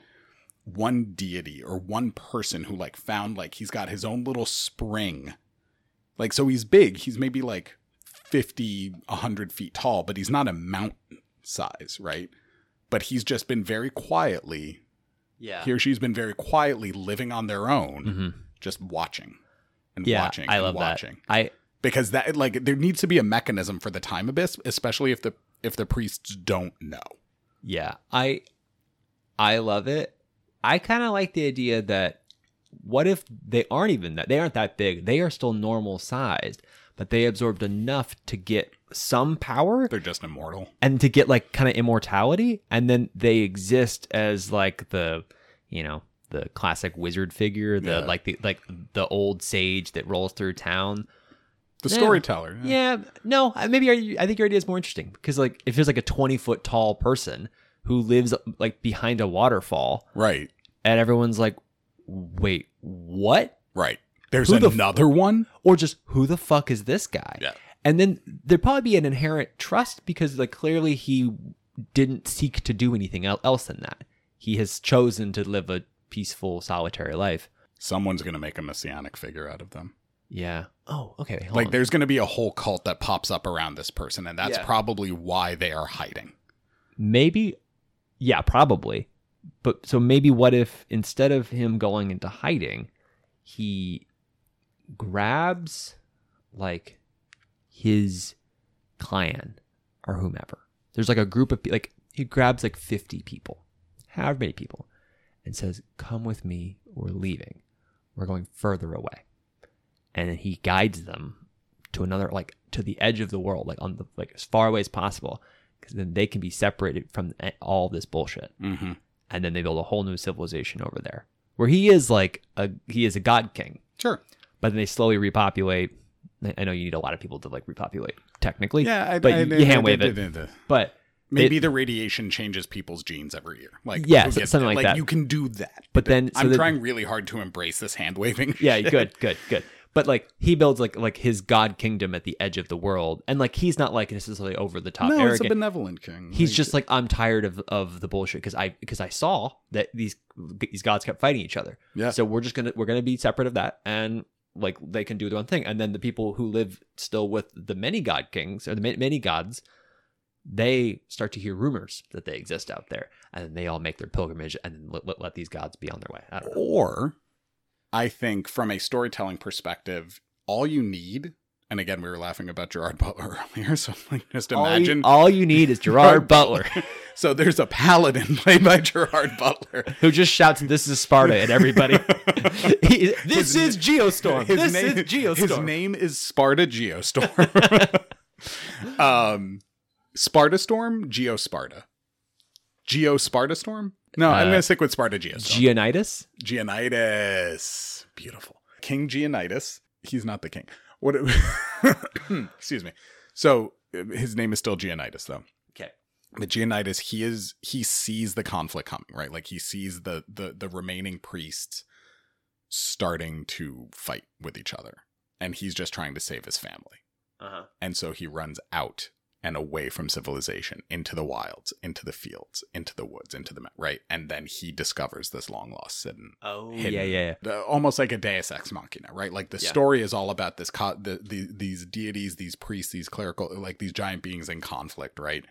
S2: one deity or one person who like found like he's got his own little spring like so he's big he's maybe like 50 100 feet tall but he's not a mountain size right but he's just been very quietly
S1: Yeah.
S2: he or she's been very quietly living on their own
S1: hmm
S2: just watching and
S1: Yeah,
S2: watching
S1: I
S2: and
S1: love that.
S2: watching
S1: I
S2: because that like there needs to be a mechanism for the time abyss especially if the if the priests don't know
S1: yeah I I love it. I kind of like the idea that what if they aren't even that they aren't that big. They are still normal sized, but they absorbed enough to get some power
S2: they're just immortal
S1: and to get like kind of immortality and then they exist as like the you know the classic wizard figure the
S2: Yeah.
S1: like the like the old sage that rolls through town
S2: the
S1: Yeah.
S2: storyteller
S1: yeah no I- maybe your- i think your idea is more interesting because like if there's like a 20 foot tall person who lives like behind a waterfall
S2: right
S1: and everyone's like wait what
S2: right there's
S1: Who the f-
S2: another one
S1: or just who the fuck is this guy
S2: Yeah.
S1: and then there'd probably be an inherent trust because like clearly he didn't seek to do anything el- else than that he has chosen to live a peaceful solitary life
S2: someone's gonna make a messianic figure out of them
S1: yeah oh okay wait, hold
S2: like
S1: on.
S2: there's gonna be a whole cult that pops up around this person and that's
S1: Yeah.
S2: probably why they are hiding
S1: maybe yeah probably but so maybe what if instead of him going into hiding he grabs like his clan or whomever There's like a group of pe- like he grabs like 50 people, however many people, and says, "Come with me. We're leaving. We're going further away." And then he guides them to another like to the edge of the world, like on the like as far away as possible, because then they can be separated from a- all this bullshit.
S2: Mm-hmm.
S1: And then they build a whole new civilization over there, where he is like a he is a god king
S2: Sure.
S1: but then they slowly repopulate. I- I know you need a lot of people to like repopulate technically.
S2: Yeah, I,
S1: but
S2: I-
S1: you,
S2: I-
S1: you
S2: I-
S1: hand wave
S2: I-
S1: it.
S2: I- I-
S1: But
S2: Maybe the radiation changes people's genes every year. Like
S1: Yeah,
S2: who
S1: so-
S2: gets
S1: something
S2: it?
S1: like that.
S2: You can do that.
S1: but then so
S2: I'm
S1: that-
S2: trying really hard to embrace this hand waving.
S1: Yeah, good, good, good. But like he builds like like his god kingdom at the edge of the world, and like he's not like necessarily over the top
S2: no, it's a
S1: arrogant.
S2: benevolent king.
S1: He's
S2: Like,
S1: just like I'm tired of of the bullshit because I because I saw that these these gods kept fighting each other.
S2: Yeah.
S1: So we're just gonna we're gonna be separate of that, and like they can do their own thing. And then the people who live still with the many god kings or the ma- many gods, they start to hear rumors that they exist out there, and then they all make their pilgrimage and then let, let, let these gods be on their way. I don't know.
S2: Or I think from a storytelling perspective, all you need, and again, we were laughing about Gerard Butler earlier, so like just imagine.
S1: all you, all you need is Gerard Butler,
S2: So there's a paladin played by Gerard Butler.
S1: who just shouts, "This is Sparta!" at everybody. He- this
S2: His-
S1: is Geostorm. this
S2: His name,
S1: is Geostorm.
S2: His name is Sparta Geostorm. um, Sparta Storm, Geosparta. Geo Sparta Storm? No, I'm
S1: Uh,
S2: going to stick with Sparta Geostorm.
S1: Geonidas.
S2: Gionidas. Beautiful. King Gionidas. He's not the king. What Hmm, Excuse me. So uh, his name is still Gionidas though.
S1: Okay.
S2: But Gionidas, he is he sees the conflict coming, right? Like he sees the the the remaining priests starting to fight with each other. And he's just trying to save his family.
S1: Uh-huh.
S2: And so he runs out and away from civilization into the wilds, into the fields, into the woods, into the ma- right. And then he discovers this long lost city
S1: Oh,
S2: hidden.
S1: yeah, yeah, yeah.
S2: the- almost like a Deus Ex Machina, right? Like the
S1: Yeah.
S2: story is all about this, co- the, the, these deities, these priests, these clerical, like these giant beings in conflict, right?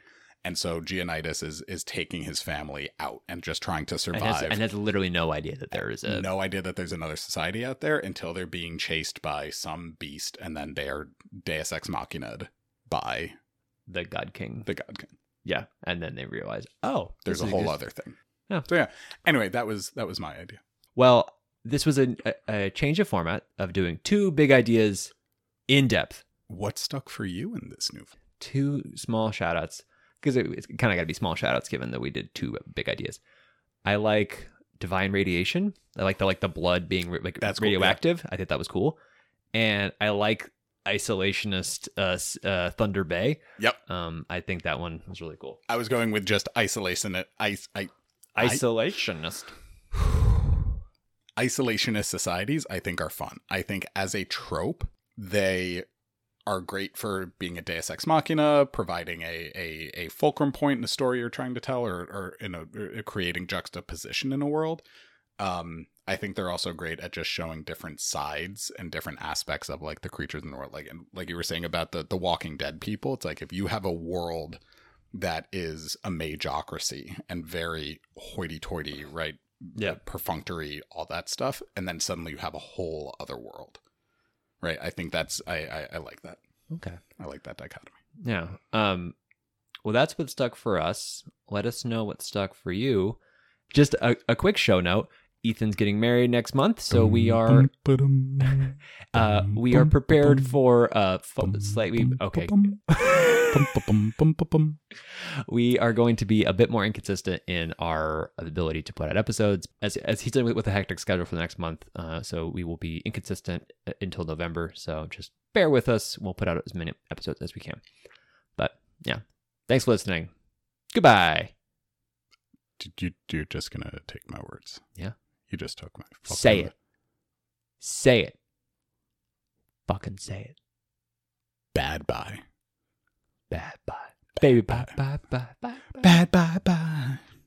S2: And so Gionidas is is taking his family out and just trying to
S1: And
S2: survive.
S1: has, uh, and has literally no idea that there is a.
S2: no idea that there's another society out there until they're being chased by some beast, and then they are Deus Ex Machina by
S1: the God King.
S2: the God King.
S1: Yeah, and then they realize, oh,
S2: There's
S1: this
S2: a
S1: is
S2: whole
S1: good.
S2: other thing.
S1: Yeah.
S2: So yeah. Anyway, that was that was my idea.
S1: Well, this was a, a, a change of format of doing two big ideas in depth,
S2: What stuck for you in this new?
S1: two small shout outs, because it, it's kind of got to be small shout outs given that we did two big ideas. I like divine radiation. I like the like the blood being ra- like
S2: That's cool, yeah.
S1: radioactive. I think that was cool, and I like isolationist uh, s- uh, Thunder Bay.
S2: Yep.
S1: Um, I think that one was really cool.
S2: I was going with just isolation. Ice. I, I-
S1: Isolationist.
S2: isolationist societies I think are fun. I think as a trope, they are great for being a deus ex machina, providing a a, a fulcrum point in a story you're trying to tell, or or in a or creating juxtaposition in a world. Um, I think they're also great at just showing different sides and different aspects of like the creatures in the world. Like and like you were saying about the the Walking Dead people, it's like if you have a world that is a majocracy and very hoity-toity, right?
S1: Yeah.
S2: perfunctory, all that stuff, and then suddenly you have a whole other world, right? I think that's I I, I like that.
S1: Okay.
S2: I like that dichotomy.
S1: Yeah. Um, well, that's what stuck for us. Let us know what stuck for you. Just a, a quick show note. Ethan's getting married next month, so we are uh, we are prepared for uh, fo- slightly okay. we are going to be a bit more inconsistent in our ability to put out episodes as, as he's done with, with a hectic schedule for the next month uh, so we will be inconsistent uh, until november so just bear with us we'll put out as many episodes as we can but yeah thanks for listening goodbye
S2: Dude, you, you're just gonna take my words.
S1: Yeah.
S2: you just took my. fucking
S1: say
S2: word.
S1: it say it fucking say it
S2: Bad bye.
S1: bad bye baby bye bye bye bye, bye.
S2: Bad bye bye.